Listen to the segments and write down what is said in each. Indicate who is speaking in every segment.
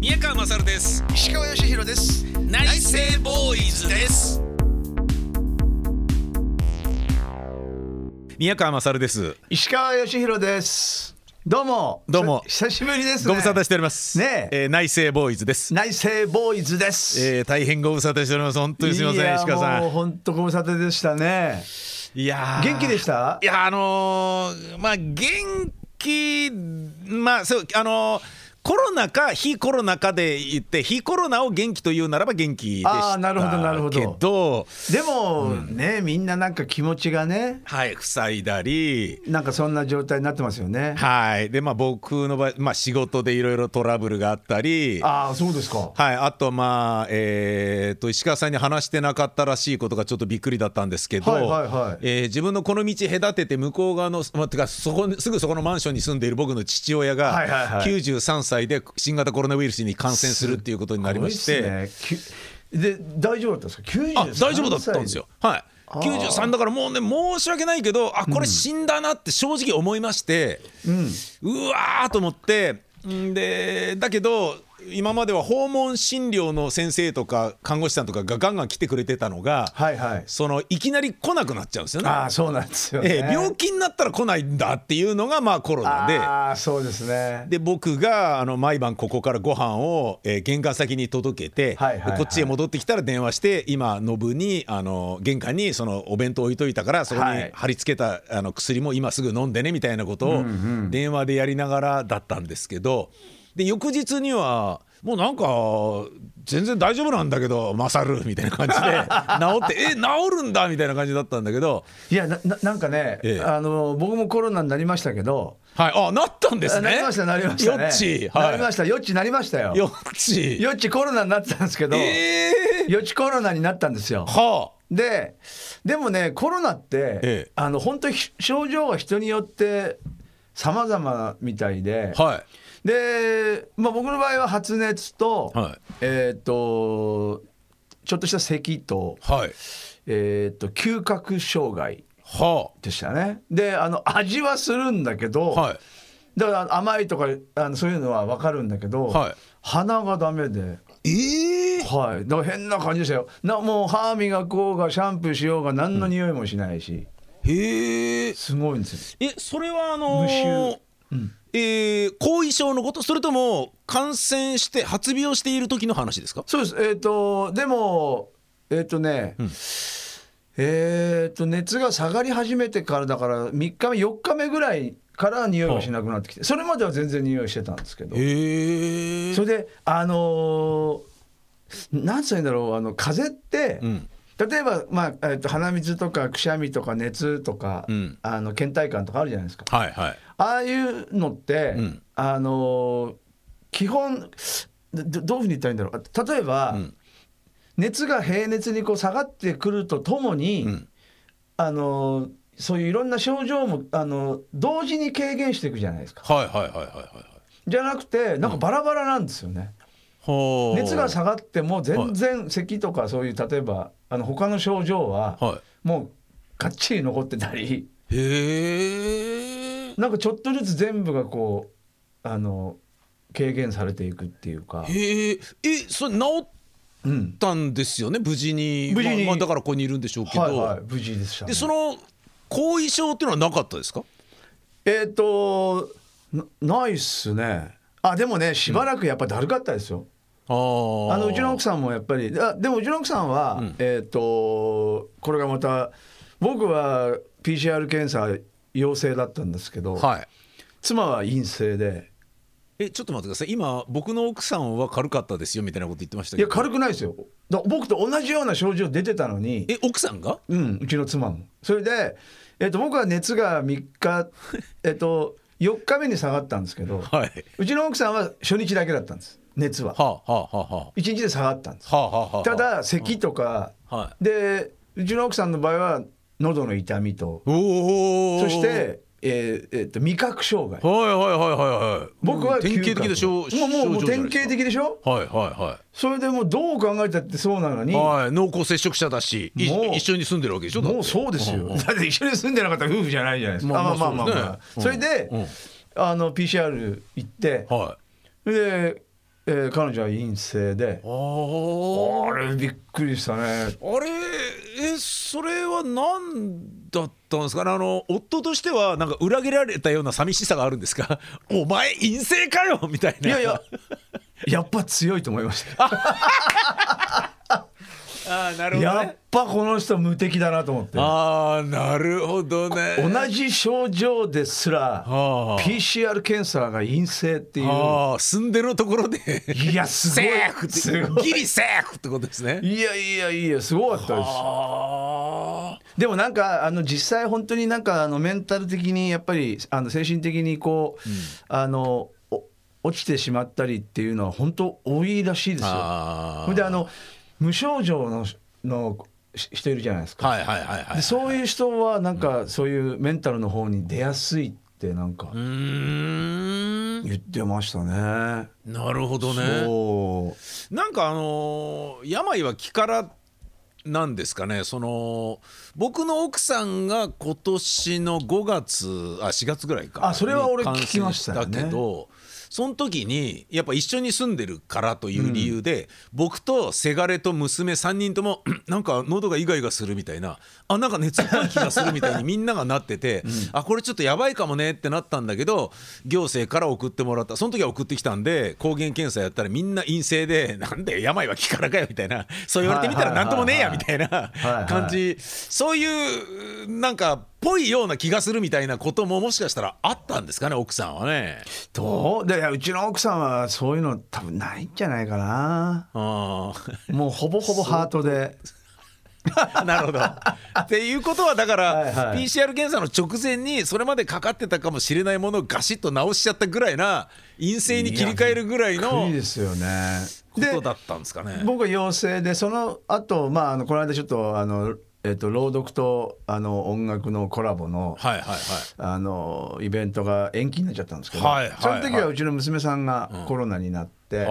Speaker 1: 宮川勝です
Speaker 2: 石川義弘です
Speaker 1: 内政ボーイズです宮川勝です
Speaker 2: 石川義弘ですどうも
Speaker 1: どうも
Speaker 2: 久しぶりですね
Speaker 1: ご無沙汰しております
Speaker 2: ねえ
Speaker 1: えー内政ボーイズです、
Speaker 2: 内政ボーイズです、
Speaker 1: えー、大変ご無沙汰しております本当にすみません
Speaker 2: や
Speaker 1: 石川さ
Speaker 2: もう本当ご無沙汰でしたね
Speaker 1: んいやー
Speaker 2: 元気でした
Speaker 1: いやあのーまあ元気まあそうあのーコロナか非コロナかで言って非コロナを元気というならば元気でした
Speaker 2: あーなるほどなるほど
Speaker 1: けど
Speaker 2: でも、ねみんななんか気持ちがね
Speaker 1: はい塞いだり
Speaker 2: なんかそんな状態になってますよね
Speaker 1: はいでまあ僕の場合、まあ、仕事でいろいろトラブルがあったり
Speaker 2: ああそうですか
Speaker 1: はい、あとまあえーと石川さんに話してなかったらしいことがちょっとびっくりだったんですけど、
Speaker 2: はいはいはい
Speaker 1: えー自分のこの道隔てて向こう側の、まあ、てかそこすぐそこのマンションに住んでいる僕の父親が、
Speaker 2: はいはいはい
Speaker 1: 93歳で新型コロナウイルスに感染するっていうことになりまして、
Speaker 2: すごいですねきで大丈夫だったんですか93
Speaker 1: あ大丈夫だったんですよ。はい
Speaker 2: ー
Speaker 1: 93だからもうね申し訳ないけどあこれ死んだなって正直思いまして、うわーと思ってんでだけど今までは訪問診療の先生とか看護師さんとかがガンガン来てくれてたのが、
Speaker 2: はいはい
Speaker 1: そのいきなり来なくなっちゃうんですよね。
Speaker 2: ああそうなんですよね、
Speaker 1: ええ病気になったら来ないんだっていうのがまあコロナで。
Speaker 2: ああそうですね
Speaker 1: で僕があの毎晩ここからご飯を、えー玄関先に届けて、
Speaker 2: はいはいはい
Speaker 1: こっちへ戻ってきたら電話して今ノブにあの玄関にそのお弁当置いといたからそこ
Speaker 2: は
Speaker 1: に
Speaker 2: い
Speaker 1: 貼り付けた、あの薬も今すぐ飲んでねみたいなことを電話でやりながらだったんですけどで翌日にはもうなんか全然大丈夫なんだけど勝るみたいな感じで 治ってえ治るんだみたいな感じだったんだけど
Speaker 2: いやなななんかね、
Speaker 1: ええ
Speaker 2: あの僕もコロナになりましたけど、
Speaker 1: はいあなったんですね
Speaker 2: なりましたなりましたね
Speaker 1: よっち
Speaker 2: なりま
Speaker 1: は
Speaker 2: したよっちなりましたよ
Speaker 1: いよっち
Speaker 2: よっちコロナになってたんですけど、
Speaker 1: ええ
Speaker 2: よっちコロナになったんですよ
Speaker 1: は
Speaker 2: ででもねコロナって、
Speaker 1: ええ
Speaker 2: あの本当に症状は人によって様々みたいで、
Speaker 1: あ、はい。
Speaker 2: で、まあ、僕の場合は発熱と、
Speaker 1: はい
Speaker 2: えっ、とちょっとした咳と,、
Speaker 1: はい。
Speaker 2: えー、と嗅覚障害
Speaker 1: は
Speaker 2: でしたねであの味はするんだけど、
Speaker 1: あ。はい。
Speaker 2: だから甘いとかあのそういうのは分かるんだけど、
Speaker 1: はい
Speaker 2: 鼻がダメで、
Speaker 1: ええ
Speaker 2: はい、だから変な感じでしたよなもう歯磨こうがシャンプーしようが何の匂いもしないし、
Speaker 1: へえ。
Speaker 2: すごいんですよ
Speaker 1: え、それはあの
Speaker 2: 無
Speaker 1: ー。えー後遺症のことそれとも感染して発病している時の話ですか
Speaker 2: そうですえっ、とでもえっ、とね、えっ、と熱が下がり始めてからだから3日目4日目ぐらいから匂いがしなくなってきてそれまでは全然匂いしてたんですけど
Speaker 1: へえ
Speaker 2: それであのーなんつうんだろうあの風邪って、
Speaker 1: うん
Speaker 2: 例えば、まあえっと鼻水とかくしゃみとか熱とか、
Speaker 1: うん
Speaker 2: あの倦怠感とかあるじゃないですか
Speaker 1: はいはい
Speaker 2: ああいうのって、
Speaker 1: うん
Speaker 2: あのー基本どどういうふうに言ったらいいんだろう例えば、
Speaker 1: うん
Speaker 2: 熱が平熱にこう下がってくるとともに、
Speaker 1: うん
Speaker 2: あのーそういういろんな症状も、あのー同時に軽減していくじゃないですか
Speaker 1: はいはいはいはいはい
Speaker 2: じゃなくてなんかバラバラなんですよね。
Speaker 1: ほ
Speaker 2: 熱が下がっても全然咳とかそういう例えばあの他の症状は
Speaker 1: は
Speaker 2: もうかっちり残ってたり
Speaker 1: いへえ
Speaker 2: なんかちょっとずつ全部がこうあの軽減されていくっていうか、
Speaker 1: へええそれ治っ
Speaker 2: うん、
Speaker 1: たんですよね無事に
Speaker 2: 無事に
Speaker 1: まあまあだからここにいるんでしょうけど、
Speaker 2: はいはい無事でした、ね
Speaker 1: で。その後遺症っていうのはなかったですか
Speaker 2: えっ、となないっすね。あでもねしばらくやっぱだるかったですよ。
Speaker 1: あ
Speaker 2: あ
Speaker 1: あ
Speaker 2: のうちの奥さんもやっぱりあでもうちの奥さんは、
Speaker 1: ん
Speaker 2: えっ、とこれがまた僕は PCR 検査陽性だったんですけど、
Speaker 1: はい
Speaker 2: 妻は陰性で
Speaker 1: えちょっと待ってください今僕の奥さんは軽かったですよみたいなこと言ってました
Speaker 2: い
Speaker 1: け
Speaker 2: や
Speaker 1: ど
Speaker 2: 軽くないですよだ僕と同じような症状出てたのに
Speaker 1: え奥さんが
Speaker 2: うん、うちの妻もそれで、えっと僕は熱が3日、 えっと4日目に下がったんですけど、
Speaker 1: はいう
Speaker 2: ちの奥さんは初日だけだったんです熱は、
Speaker 1: はあはあはあは
Speaker 2: 一1日で下がったんです
Speaker 1: あはあはあはあ
Speaker 2: ただ咳とか、
Speaker 1: は
Speaker 2: でうちの奥さんの場合は喉の痛みと
Speaker 1: おお
Speaker 2: そして、えーえっと味覚障害
Speaker 1: はいはいはいはいはい
Speaker 2: 僕は
Speaker 1: もう典型的でしょ
Speaker 2: 嗅覚もうもうもう典型
Speaker 1: で
Speaker 2: 的でしょ
Speaker 1: はいは
Speaker 2: それでもうどう考えたってそうなの
Speaker 1: い
Speaker 2: に、
Speaker 1: はいはい濃厚接触者だしい
Speaker 2: もう
Speaker 1: 一緒に住んでるわけでしょだって
Speaker 2: もうそうですよ、だって一緒に住んでなかったら夫婦じゃないじゃないですか、
Speaker 1: まあ
Speaker 2: あまあまあまあ、まあ
Speaker 1: まあそう
Speaker 2: そ
Speaker 1: で
Speaker 2: れ
Speaker 1: すね
Speaker 2: で、
Speaker 1: うんうん
Speaker 2: あの PCR 行って
Speaker 1: は
Speaker 2: で、ええー彼女は陰性で
Speaker 1: あー
Speaker 2: あれびっくりしたね
Speaker 1: あれえそれは何だったんですかねあの夫としてはなんか裏切られたような寂しさがあるんです かお前陰性かよみたいない
Speaker 2: やいややっぱ強いと思いました
Speaker 1: あーなるほど、
Speaker 2: や
Speaker 1: ね
Speaker 2: っ、ぱこの人無敵だなと思って
Speaker 1: あーなるほどね
Speaker 2: 同じ症状ですら
Speaker 1: ああ
Speaker 2: PCR 検査が陰性っていう
Speaker 1: ああ住んでるところで
Speaker 2: いやすごい
Speaker 1: セーフって
Speaker 2: すごい
Speaker 1: ギリセーフってことですね
Speaker 2: いやいやいやすごかったです
Speaker 1: あ
Speaker 2: でもなんかあの実際本当になんかあのメンタル的にやっぱりあの精神的にこう、あのお落ちてしまったりっていうのは本当多いらしいですよ。
Speaker 1: あ
Speaker 2: ほんであの無症状ののし人いるじゃないですか。
Speaker 1: はいはいはいはい
Speaker 2: でそういう人はなんかそういうメンタルの方に出やすいってなんか
Speaker 1: うーん
Speaker 2: 言ってましたね。
Speaker 1: なるほどね
Speaker 2: そう
Speaker 1: なんかあのー病は気からなんですかねその僕の奥さんが今年の5月あ4月ぐらいか
Speaker 2: あそれは俺
Speaker 1: に感
Speaker 2: 聞きましたよね
Speaker 1: 染けどその時にやっぱ一緒に住んでるからという理由で、僕とせがれと娘3人とも うんなんか喉がイガイガするみたいなあなんか熱っぽい気がするみたいに みんながなってて、あこれちょっとやばいかもねってなったんだけど行政から送ってもらったその時は送ってきたんで抗原検査やったらみんな陰性で なんで病は気からかよみたいなそう言われてみたらなんともねえやみたいな
Speaker 2: はいはい
Speaker 1: 感じそういうなんかぽいような気がするみたいなことももしかしたらあったんですかね奥さんはね。
Speaker 2: どうでうちの奥さんはそういうの多分ないんじゃないかな。
Speaker 1: あ
Speaker 2: もうほぼほぼハートで。
Speaker 1: ー なるほど。っていうことはだから、
Speaker 2: はいはい
Speaker 1: PCR 検査の直前にそれまでかかってたかもしれないものをガシッと直しちゃったぐらいな陰性に切り替えるぐらいの
Speaker 2: いいですよね。
Speaker 1: こ
Speaker 2: で
Speaker 1: とだったんですかね。
Speaker 2: 僕は陽性でその後、まああのこの間ちょっとあのえっと朗読とあの音楽のコラボの。
Speaker 1: はいはいはい。
Speaker 2: あのイベントが延期になっちゃったんですけど、
Speaker 1: はいはいはい
Speaker 2: その時はうちの娘さんがコロナになっ
Speaker 1: あ
Speaker 2: て、
Speaker 1: あ。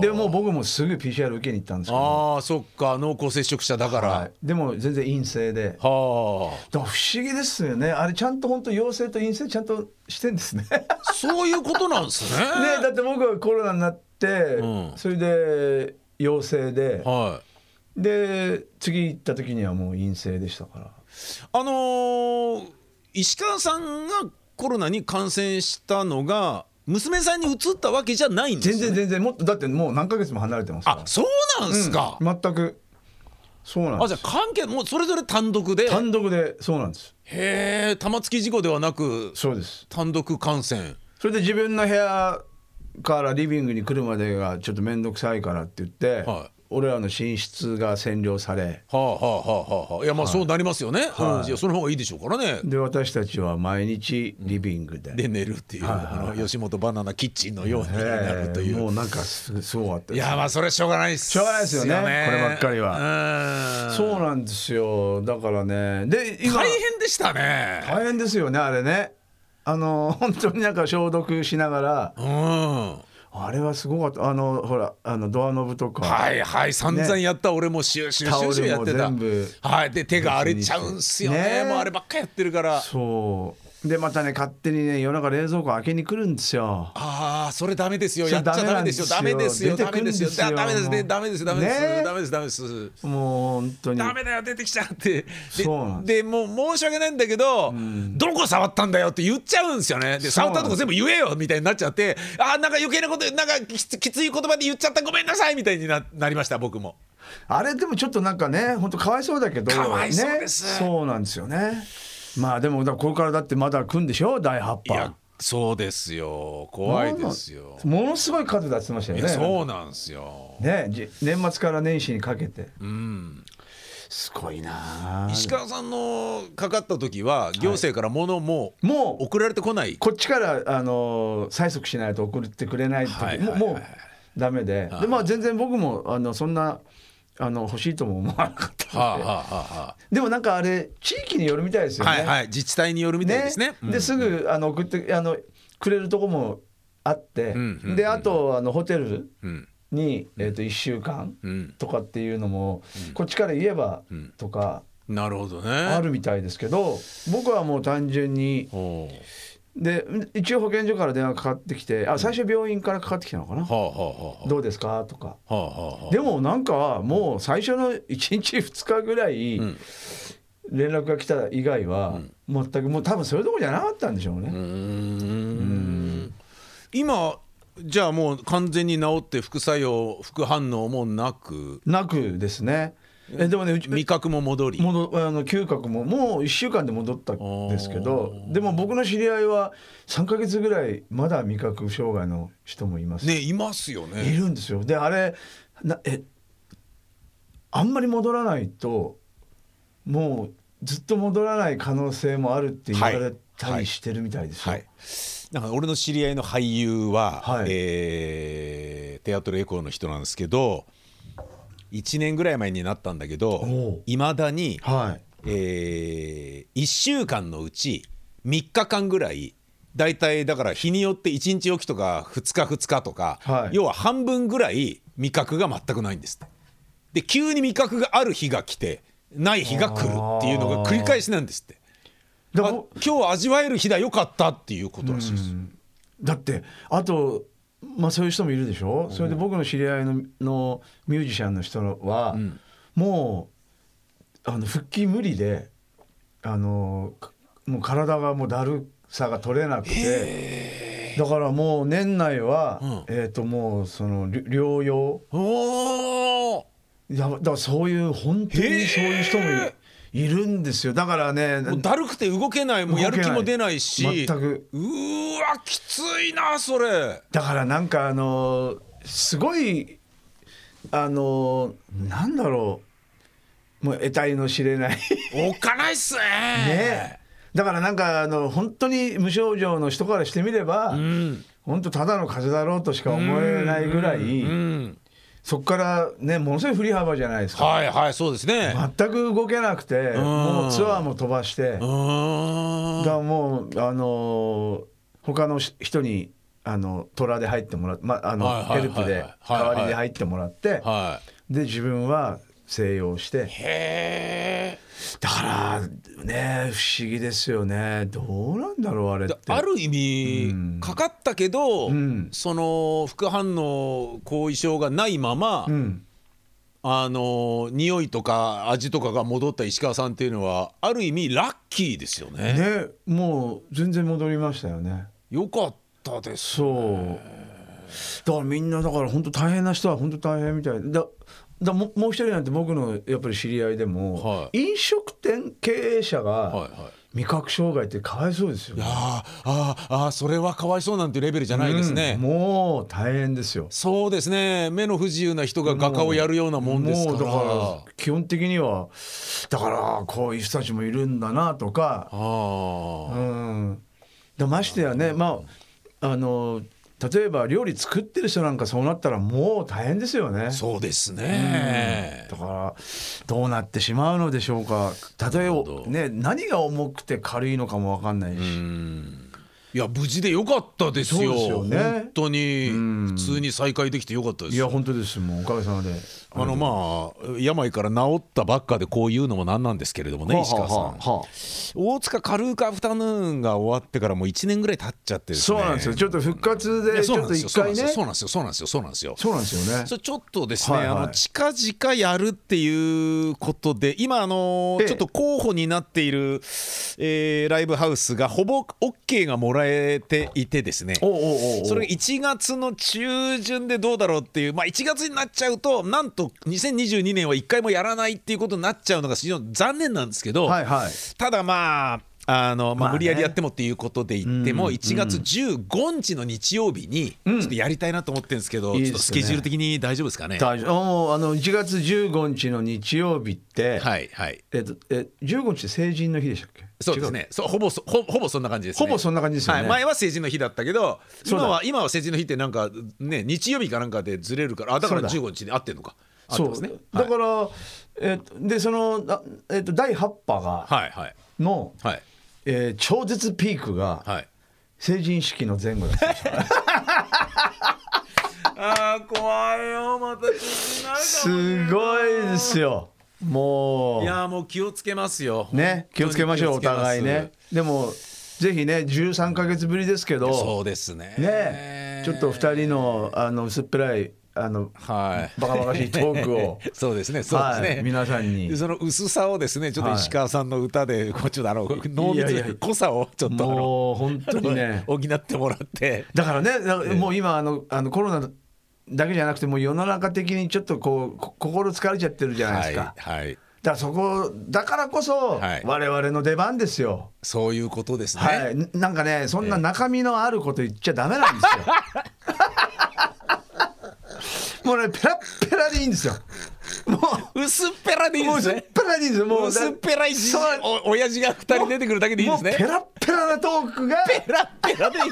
Speaker 2: でもう僕もすぐ PCR 受けに行ったんですけど、
Speaker 1: ああそっか濃厚接触者だから。
Speaker 2: はいでも全然陰性で、
Speaker 1: はあ。
Speaker 2: だから不思議ですよねあれちゃんと本当陽性と陰性ちゃんとして んですねね
Speaker 1: そういうことなんです ね。
Speaker 2: だって僕はコロナになって、
Speaker 1: うん
Speaker 2: それで陽性で、
Speaker 1: はい。
Speaker 2: で次行った時にはもう陰性でしたから
Speaker 1: あのー石川さんがコロナに感染したのが娘さんに移ったわけじゃないんです
Speaker 2: 全
Speaker 1: よ
Speaker 2: 然全然もっとだってもう何ヶ月も離れてますから
Speaker 1: あそうなんですか、
Speaker 2: うん全くそうなん
Speaker 1: あ
Speaker 2: で
Speaker 1: じ
Speaker 2: す
Speaker 1: ゃあ関係もうそれぞれ単独でへ
Speaker 2: 単独でそうなんです
Speaker 1: え玉突き事故ではなく
Speaker 2: そうです
Speaker 1: 単独感染
Speaker 2: それで自分の部屋からリビングに来るまでがちょっと面倒くさいからって言って、
Speaker 1: はい
Speaker 2: 俺らの寝室が占領され
Speaker 1: はあはあはあはあはあいやまあそうなりますよね、うんいやその方がいいでしょうからね
Speaker 2: で私たちは毎日リビングで、
Speaker 1: で寝るっていう、あの吉本バナナキッチンのようになるという、
Speaker 2: ええもうなんかすすごかった
Speaker 1: い
Speaker 2: です
Speaker 1: やまあそれはしょうがないです
Speaker 2: しょうがないですよねこればっかり
Speaker 1: はうん
Speaker 2: そうなんですよだからねで今
Speaker 1: 大変でしたね
Speaker 2: 大変ですよねあれねあの 本当になんか消毒しながら
Speaker 1: うん
Speaker 2: あれはすごかったあのほらあのドアノブとか、
Speaker 1: はいはい散々やった、俺もシューシューシューシューやって
Speaker 2: タ
Speaker 1: た
Speaker 2: オルも全部
Speaker 1: はいで手が荒れちゃうんすよね
Speaker 2: ね
Speaker 1: もうあればっかやってるから
Speaker 2: そうでまたね勝手にね夜中冷蔵庫開けに来るんですよ
Speaker 1: ああそれダメですよ
Speaker 2: そ
Speaker 1: や
Speaker 2: れ
Speaker 1: っちゃダメですよダ
Speaker 2: ダ
Speaker 1: メ
Speaker 2: メ
Speaker 1: で
Speaker 2: ですす
Speaker 1: よ
Speaker 2: よ
Speaker 1: ダメですよ
Speaker 2: 出てくるん
Speaker 1: ダメで
Speaker 2: ですすよ
Speaker 1: ねダメですダメです、
Speaker 2: ね
Speaker 1: ダメですダメです
Speaker 2: もう本当に
Speaker 1: ダメだよ出てきちゃってで
Speaker 2: そうなん
Speaker 1: でもう申し訳ないんだけど、どこ触ったんだよって言っちゃうんですよねで
Speaker 2: そう
Speaker 1: 触
Speaker 2: な
Speaker 1: った
Speaker 2: ん
Speaker 1: とこ全部言えよみたいになっちゃってあーなんか余計なことなんかきつきつい言葉で言っちゃったごめんなさいみたいにななりました僕も
Speaker 2: あれでもちょっとなんかね本当かわいそうだけど
Speaker 1: かわいそうです
Speaker 2: ね、そうなんですよねまあでもだからこれからだってまだ来んでしょ第8波
Speaker 1: いやそうですよ怖いですよ
Speaker 2: ものすごい数出してましたよ
Speaker 1: い
Speaker 2: ね
Speaker 1: やそうなんですよ
Speaker 2: ねじ年末から年始にかけて
Speaker 1: うん
Speaker 2: すごいなあ
Speaker 1: 石川さんのかかった時は行政から物も
Speaker 2: もう
Speaker 1: 送られてこない
Speaker 2: こっちからあの催促しないと送ってくれない時、
Speaker 1: はいはいはい
Speaker 2: もうもうダメで,、
Speaker 1: はい
Speaker 2: でまあ全然僕もあのそんなあの欲しいとも思わなかった
Speaker 1: はあ
Speaker 2: の
Speaker 1: は
Speaker 2: で、
Speaker 1: あは
Speaker 2: でもなんかあれ地域によるみたいです
Speaker 1: あ
Speaker 2: よね。
Speaker 1: はいはい自治体によるみたいですねうん
Speaker 2: ですぐあの送ってあのくれるとこもあっ
Speaker 1: ん
Speaker 2: て、
Speaker 1: うんうん
Speaker 2: であとあのホテル
Speaker 1: うん
Speaker 2: に、えー、と1週間
Speaker 1: うん
Speaker 2: とかっていうのも、こっちから言えばとか
Speaker 1: なるほどね
Speaker 2: あるみたいですけど、僕はもう単純に
Speaker 1: おう
Speaker 2: で一応保健所から電話かかってきてあ最初病院からかかってきたのかな
Speaker 1: はあは
Speaker 2: 「どうですか?」とか。
Speaker 1: あはあはあはあは
Speaker 2: でもなんかもう最初の1日2日ぐらい
Speaker 1: ん
Speaker 2: 連絡が来た以外は全くもう多分そういうとこじゃなかったんでしょう
Speaker 1: あ
Speaker 2: ね。
Speaker 1: うーん今じゃあもう完全に治って副作用副反応もなく
Speaker 2: なくですね。えでもねうち
Speaker 1: 味覚も戻り
Speaker 2: 戻あの嗅覚ももう1週間で戻ったんですけどでも僕の知り合いは3ヶ月ぐらいまだ味覚障害の人もいます、
Speaker 1: ねいますよね
Speaker 2: いるんですよであれなえあんまり戻らないともうずっと戻らない可能性もあるって言われたりしてるみたいですよ、
Speaker 1: はい、なんか俺の知り合いの俳優は、
Speaker 2: はい
Speaker 1: えーテアトルエコーの人なんですけど1年ぐらい前になったんだけ
Speaker 2: お
Speaker 1: ど
Speaker 2: う
Speaker 1: いまだに、
Speaker 2: はい
Speaker 1: え1週間のうち3日間ぐらいだいたいだから日によって1日おきとか2日2日とか、
Speaker 2: はい
Speaker 1: 要は半分ぐらい味覚が全くないんですってで急に味覚がある日が来てない日が来るっていうのが繰り返しなんですって。
Speaker 2: だ
Speaker 1: あ今日味わえる日だよかったっていうことらしいです。
Speaker 2: だってあとまあそういう人もいるでしょ、それで僕の知り合いののミュージシャンの人は、
Speaker 1: ん
Speaker 2: もうあの復帰無理であのかもう体がもうだるさが取れなくてだからもう年内は、
Speaker 1: うん
Speaker 2: えっ、ともうそのり療養
Speaker 1: おお、
Speaker 2: いやだからそういう本当にそういう人もいるいるんですよだからね
Speaker 1: もうだるくて動けない、もうやる気も出ないし。
Speaker 2: 全く
Speaker 1: うーわ、きついな、それ。
Speaker 2: だからなんかあのーすごいあのーなんだろうもう得体の知れない
Speaker 1: おっかないっ すね。
Speaker 2: ねだからなんかあの本当に無症状の人からしてみれば、
Speaker 1: うん。
Speaker 2: 本当ただの風邪だろうとしか思えないぐら
Speaker 1: う
Speaker 2: い
Speaker 1: ん。
Speaker 2: そこからねものすごい振り幅じゃないですか、
Speaker 1: はい、はい、そうですね。
Speaker 2: 全く動けなくて
Speaker 1: ん
Speaker 2: もうツアーも飛ばして
Speaker 1: うーん。
Speaker 2: だからもうあのー他のし人にあの虎で入ってもらって、まあの
Speaker 1: はいはいはい
Speaker 2: ヘルプ
Speaker 1: は
Speaker 2: で
Speaker 1: いはい
Speaker 2: 代わりで入ってもらって、
Speaker 1: は
Speaker 2: で自分は静養して
Speaker 1: い。へえ。
Speaker 2: だからね不思議ですよねどうなんだろうあれって
Speaker 1: だある意
Speaker 2: うん
Speaker 1: 味かかったけど、
Speaker 2: うん
Speaker 1: その副反応後遺症がないまま、
Speaker 2: うん、
Speaker 1: あの匂いとか味とかが戻った石川さんっていうのはある意味ラッキーですよね。
Speaker 2: ねもう全然戻りましたよね
Speaker 1: よかったです。
Speaker 2: そうだからみんなだから本当大変な人は本当大変みたいだだももう一人なんて僕のやっぱり知り合いでも、
Speaker 1: は
Speaker 2: 飲食店経営者
Speaker 1: は
Speaker 2: が
Speaker 1: いはい。
Speaker 2: 味覚障害ってかわいそうですよ、
Speaker 1: いやーあーあーそれはかわいそうなんていうレベルじゃないですね。
Speaker 2: うんもう大変ですよ
Speaker 1: そうですね目の不自由な人が画家をやるようなもんですから。
Speaker 2: もうだから基本的にはだからこういう人たちもいるんだなとか、
Speaker 1: あー
Speaker 2: うん、だましてやねまああの例えば料理作ってる人なんかそうなったらもう大変ですよね。
Speaker 1: そうですね。
Speaker 2: だからどうなってしまうのでしょうか例え
Speaker 1: なるほ
Speaker 2: ば、
Speaker 1: ど
Speaker 2: ね、何が重くて軽いのかも分かんないし、
Speaker 1: うんいや無事でよかったですよ。
Speaker 2: そうですよね
Speaker 1: 本当に
Speaker 2: ん
Speaker 1: 普通に再会できてよかったです。
Speaker 2: いや本当ですもうおかげさまで
Speaker 1: あのまあ病から治ったばっかでこういうのもなんなんですけれどもね石川さん、
Speaker 2: はあはあはあ
Speaker 1: 大塚カルーカアフタヌーンが終わってからもう1年ぐらい経っちゃってです
Speaker 2: そ
Speaker 1: ね
Speaker 2: うなんですよちょっと復活
Speaker 1: い
Speaker 2: で
Speaker 1: や
Speaker 2: ち
Speaker 1: そう
Speaker 2: ょ
Speaker 1: な
Speaker 2: っ
Speaker 1: ん
Speaker 2: と
Speaker 1: ですよ
Speaker 2: 一回ね
Speaker 1: そうなんですよそうなんですよそうなんですよ
Speaker 2: そうなんですよね
Speaker 1: それちょっとですね、
Speaker 2: はいはい
Speaker 1: あの近々やるっていうことで今あの、
Speaker 2: ええ
Speaker 1: ちょっと候補になっている、えーライブハウスがほぼ OK がもらえていてですね
Speaker 2: おうおうおうおう
Speaker 1: それが1月の中旬でどうだろうっていう、まあ、1月になっちゃうとなんと2022年は1回もやらないっていうことになっちゃうのが非常に残念なんですけど、
Speaker 2: はいはい
Speaker 1: ただまああの、ま
Speaker 2: まあ
Speaker 1: あ、
Speaker 2: ね
Speaker 1: 無理やりやってもっていうことで言っても、
Speaker 2: うん
Speaker 1: 1月15日の日曜日にち
Speaker 2: う
Speaker 1: ょ
Speaker 2: ん
Speaker 1: っとやりたいなと思ってるんですけど、
Speaker 2: いいで
Speaker 1: ちょ
Speaker 2: すね
Speaker 1: っとスケジュール的に大丈夫ですかね。
Speaker 2: 大丈夫もうあの1月15日の日曜日って、
Speaker 1: はいはい
Speaker 2: えっとえ15日って成人の日でしたっけ
Speaker 1: そうですねそうほぼそほほぼそんな感じです、ね、
Speaker 2: ほぼそんな感じですよね
Speaker 1: はい、前は成人の日だったけど
Speaker 2: そう
Speaker 1: 今
Speaker 2: だ
Speaker 1: は今は成人の日ってなんかね日曜日かなんかでずれるからあだから
Speaker 2: そう
Speaker 1: 15日で合ってるのか合って
Speaker 2: そう
Speaker 1: ますね
Speaker 2: だから、えっとでそのなえっと第8波が
Speaker 1: はいはい
Speaker 2: の、
Speaker 1: はい
Speaker 2: えー超絶ピークが
Speaker 1: はい
Speaker 2: 成人式の前後だったんですよ
Speaker 1: あー怖いよまた
Speaker 2: すごいですよもう
Speaker 1: いやーもう気をつけますよ
Speaker 2: ね気をつけましょうお互いねでもぜひね13か月ぶりですけど
Speaker 1: そうですね
Speaker 2: ねちょっと2人のあの薄っぺらいあの
Speaker 1: はい
Speaker 2: バカバカ しいトークを
Speaker 1: そうですねそうですね、
Speaker 2: はい皆さんに
Speaker 1: でその薄さをですねちょっと
Speaker 2: はい
Speaker 1: 石川さんの歌でこうちょっとあの濃密
Speaker 2: いやいや
Speaker 1: 濃さをちょっとあの
Speaker 2: もう本当にね
Speaker 1: 補ってもらって
Speaker 2: だからねだもう今あのあのコロナだけじゃなくてもう世の中的にちょっとこうこ心疲れちゃってるじゃないですか、だか
Speaker 1: はい、はい、
Speaker 2: らそこだからこそ
Speaker 1: はい
Speaker 2: 我々の出番ですよ、
Speaker 1: そういうことですね、
Speaker 2: はい、ななんかねそんな中身のあること言っちゃダメなんですよ もうねペラッペラでいいんですよも
Speaker 1: 薄っぺらでいうい
Speaker 2: も
Speaker 1: で
Speaker 2: う
Speaker 1: す
Speaker 2: すっ
Speaker 1: ね
Speaker 2: ぺらでいいんですよもう
Speaker 1: 薄っぺらいし
Speaker 2: そう
Speaker 1: お親父が二人出てくるだけでいいです
Speaker 2: も
Speaker 1: ね
Speaker 2: うペラッペラなトークが
Speaker 1: ペラッペラでいい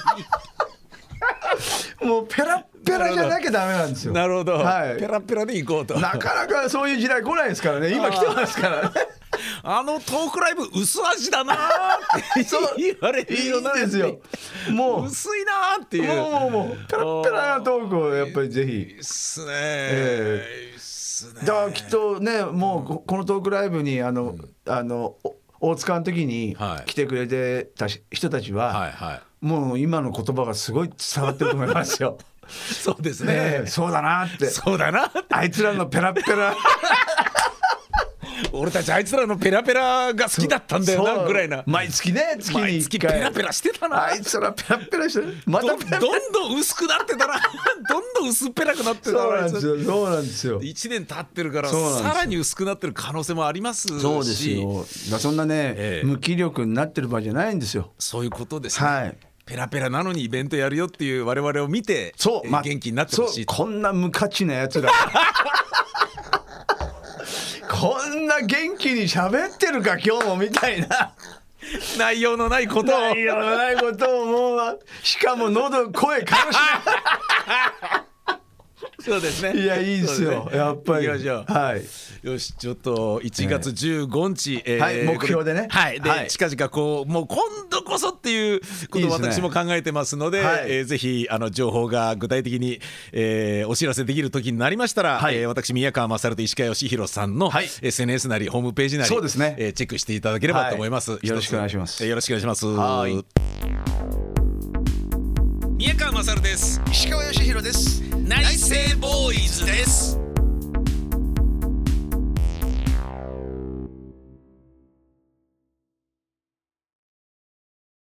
Speaker 2: もうペラッペラじゃなきゃダメなんですよ
Speaker 1: なるほど、
Speaker 2: はい、
Speaker 1: ペラッペラでいこうと
Speaker 2: なかなかそういう時代来ないですからね今来てますからね
Speaker 1: あのトークライブ薄味だなーって
Speaker 2: そう
Speaker 1: 言われ
Speaker 2: い
Speaker 1: るよう にないる
Speaker 2: ですよもう
Speaker 1: 薄いなーっていう
Speaker 2: もうもうもうペラッペラなトークをやっぱりぜひ
Speaker 1: いいっすねー、
Speaker 2: え
Speaker 1: いいっすね
Speaker 2: だからきっとねもうここのトークライブにあの、あのお大塚の時に
Speaker 1: はい
Speaker 2: 来てくれてたし人たちは、
Speaker 1: はいはい
Speaker 2: もう今の言葉がすごい伝わってると思いますよ。
Speaker 1: そうです ね
Speaker 2: ねえそうだなって
Speaker 1: そうだな
Speaker 2: あいつらのペラッペラ
Speaker 1: 俺たちあいつらのペラペラが 好きだったんだよ
Speaker 2: そ
Speaker 1: な
Speaker 2: う
Speaker 1: ぐらいな
Speaker 2: 毎月ね月に
Speaker 1: 毎
Speaker 2: 一
Speaker 1: 月ペ
Speaker 2: 回
Speaker 1: ラペラしてたな
Speaker 2: あいつらペラッペラしてるま
Speaker 1: ど
Speaker 2: た
Speaker 1: ん
Speaker 2: ペラ
Speaker 1: どんどん薄くなってたな どんどん薄っぺらくなってた
Speaker 2: そう
Speaker 1: なあ
Speaker 2: な
Speaker 1: い
Speaker 2: んで
Speaker 1: つ
Speaker 2: すよそうなんですよ
Speaker 1: 1年経ってるから
Speaker 2: そうなんですよ
Speaker 1: さらに薄くなってる可能性もありますし
Speaker 2: そうですよだからそんなね、
Speaker 1: ええ
Speaker 2: 無気力になってる場合じゃないんですよ
Speaker 1: そういうことですね、
Speaker 2: はい
Speaker 1: ペラペラなのにイベントやるよっていう我々を見て
Speaker 2: そう、まあ
Speaker 1: 元気になってほしい
Speaker 2: そうこんな無価値なやつら こんな元気に喋ってるか今日もみたいな
Speaker 1: 内容のないことを
Speaker 2: 内容のないことをもうしかも喉声かもし
Speaker 1: そうです
Speaker 2: れ
Speaker 1: ね
Speaker 2: ないいやいいです
Speaker 1: そう
Speaker 2: よ
Speaker 1: ね
Speaker 2: やっぱり
Speaker 1: 行きましょう
Speaker 2: はい
Speaker 1: よしちょっと1月15日、えー
Speaker 2: はい目標でね
Speaker 1: これはいで、
Speaker 2: はい
Speaker 1: 近々こうもう今度こそっていうこ
Speaker 2: いい
Speaker 1: と
Speaker 2: で
Speaker 1: を
Speaker 2: すね
Speaker 1: 私も考えてますので
Speaker 2: はい
Speaker 1: えーぜひあの情報が具体的に、えーお知らせできる時になりましたら、
Speaker 2: はい
Speaker 1: えー私宮川勝と石川義弘さんの、
Speaker 2: はい
Speaker 1: SNS なりホームページなり
Speaker 2: そうですね
Speaker 1: えーチェックしていただければと思います、
Speaker 2: はいよろしくお願いします
Speaker 1: えーよろしくお願いします
Speaker 2: はい
Speaker 1: 宮川勝です
Speaker 2: 石川義弘です
Speaker 1: 内政ボーイズです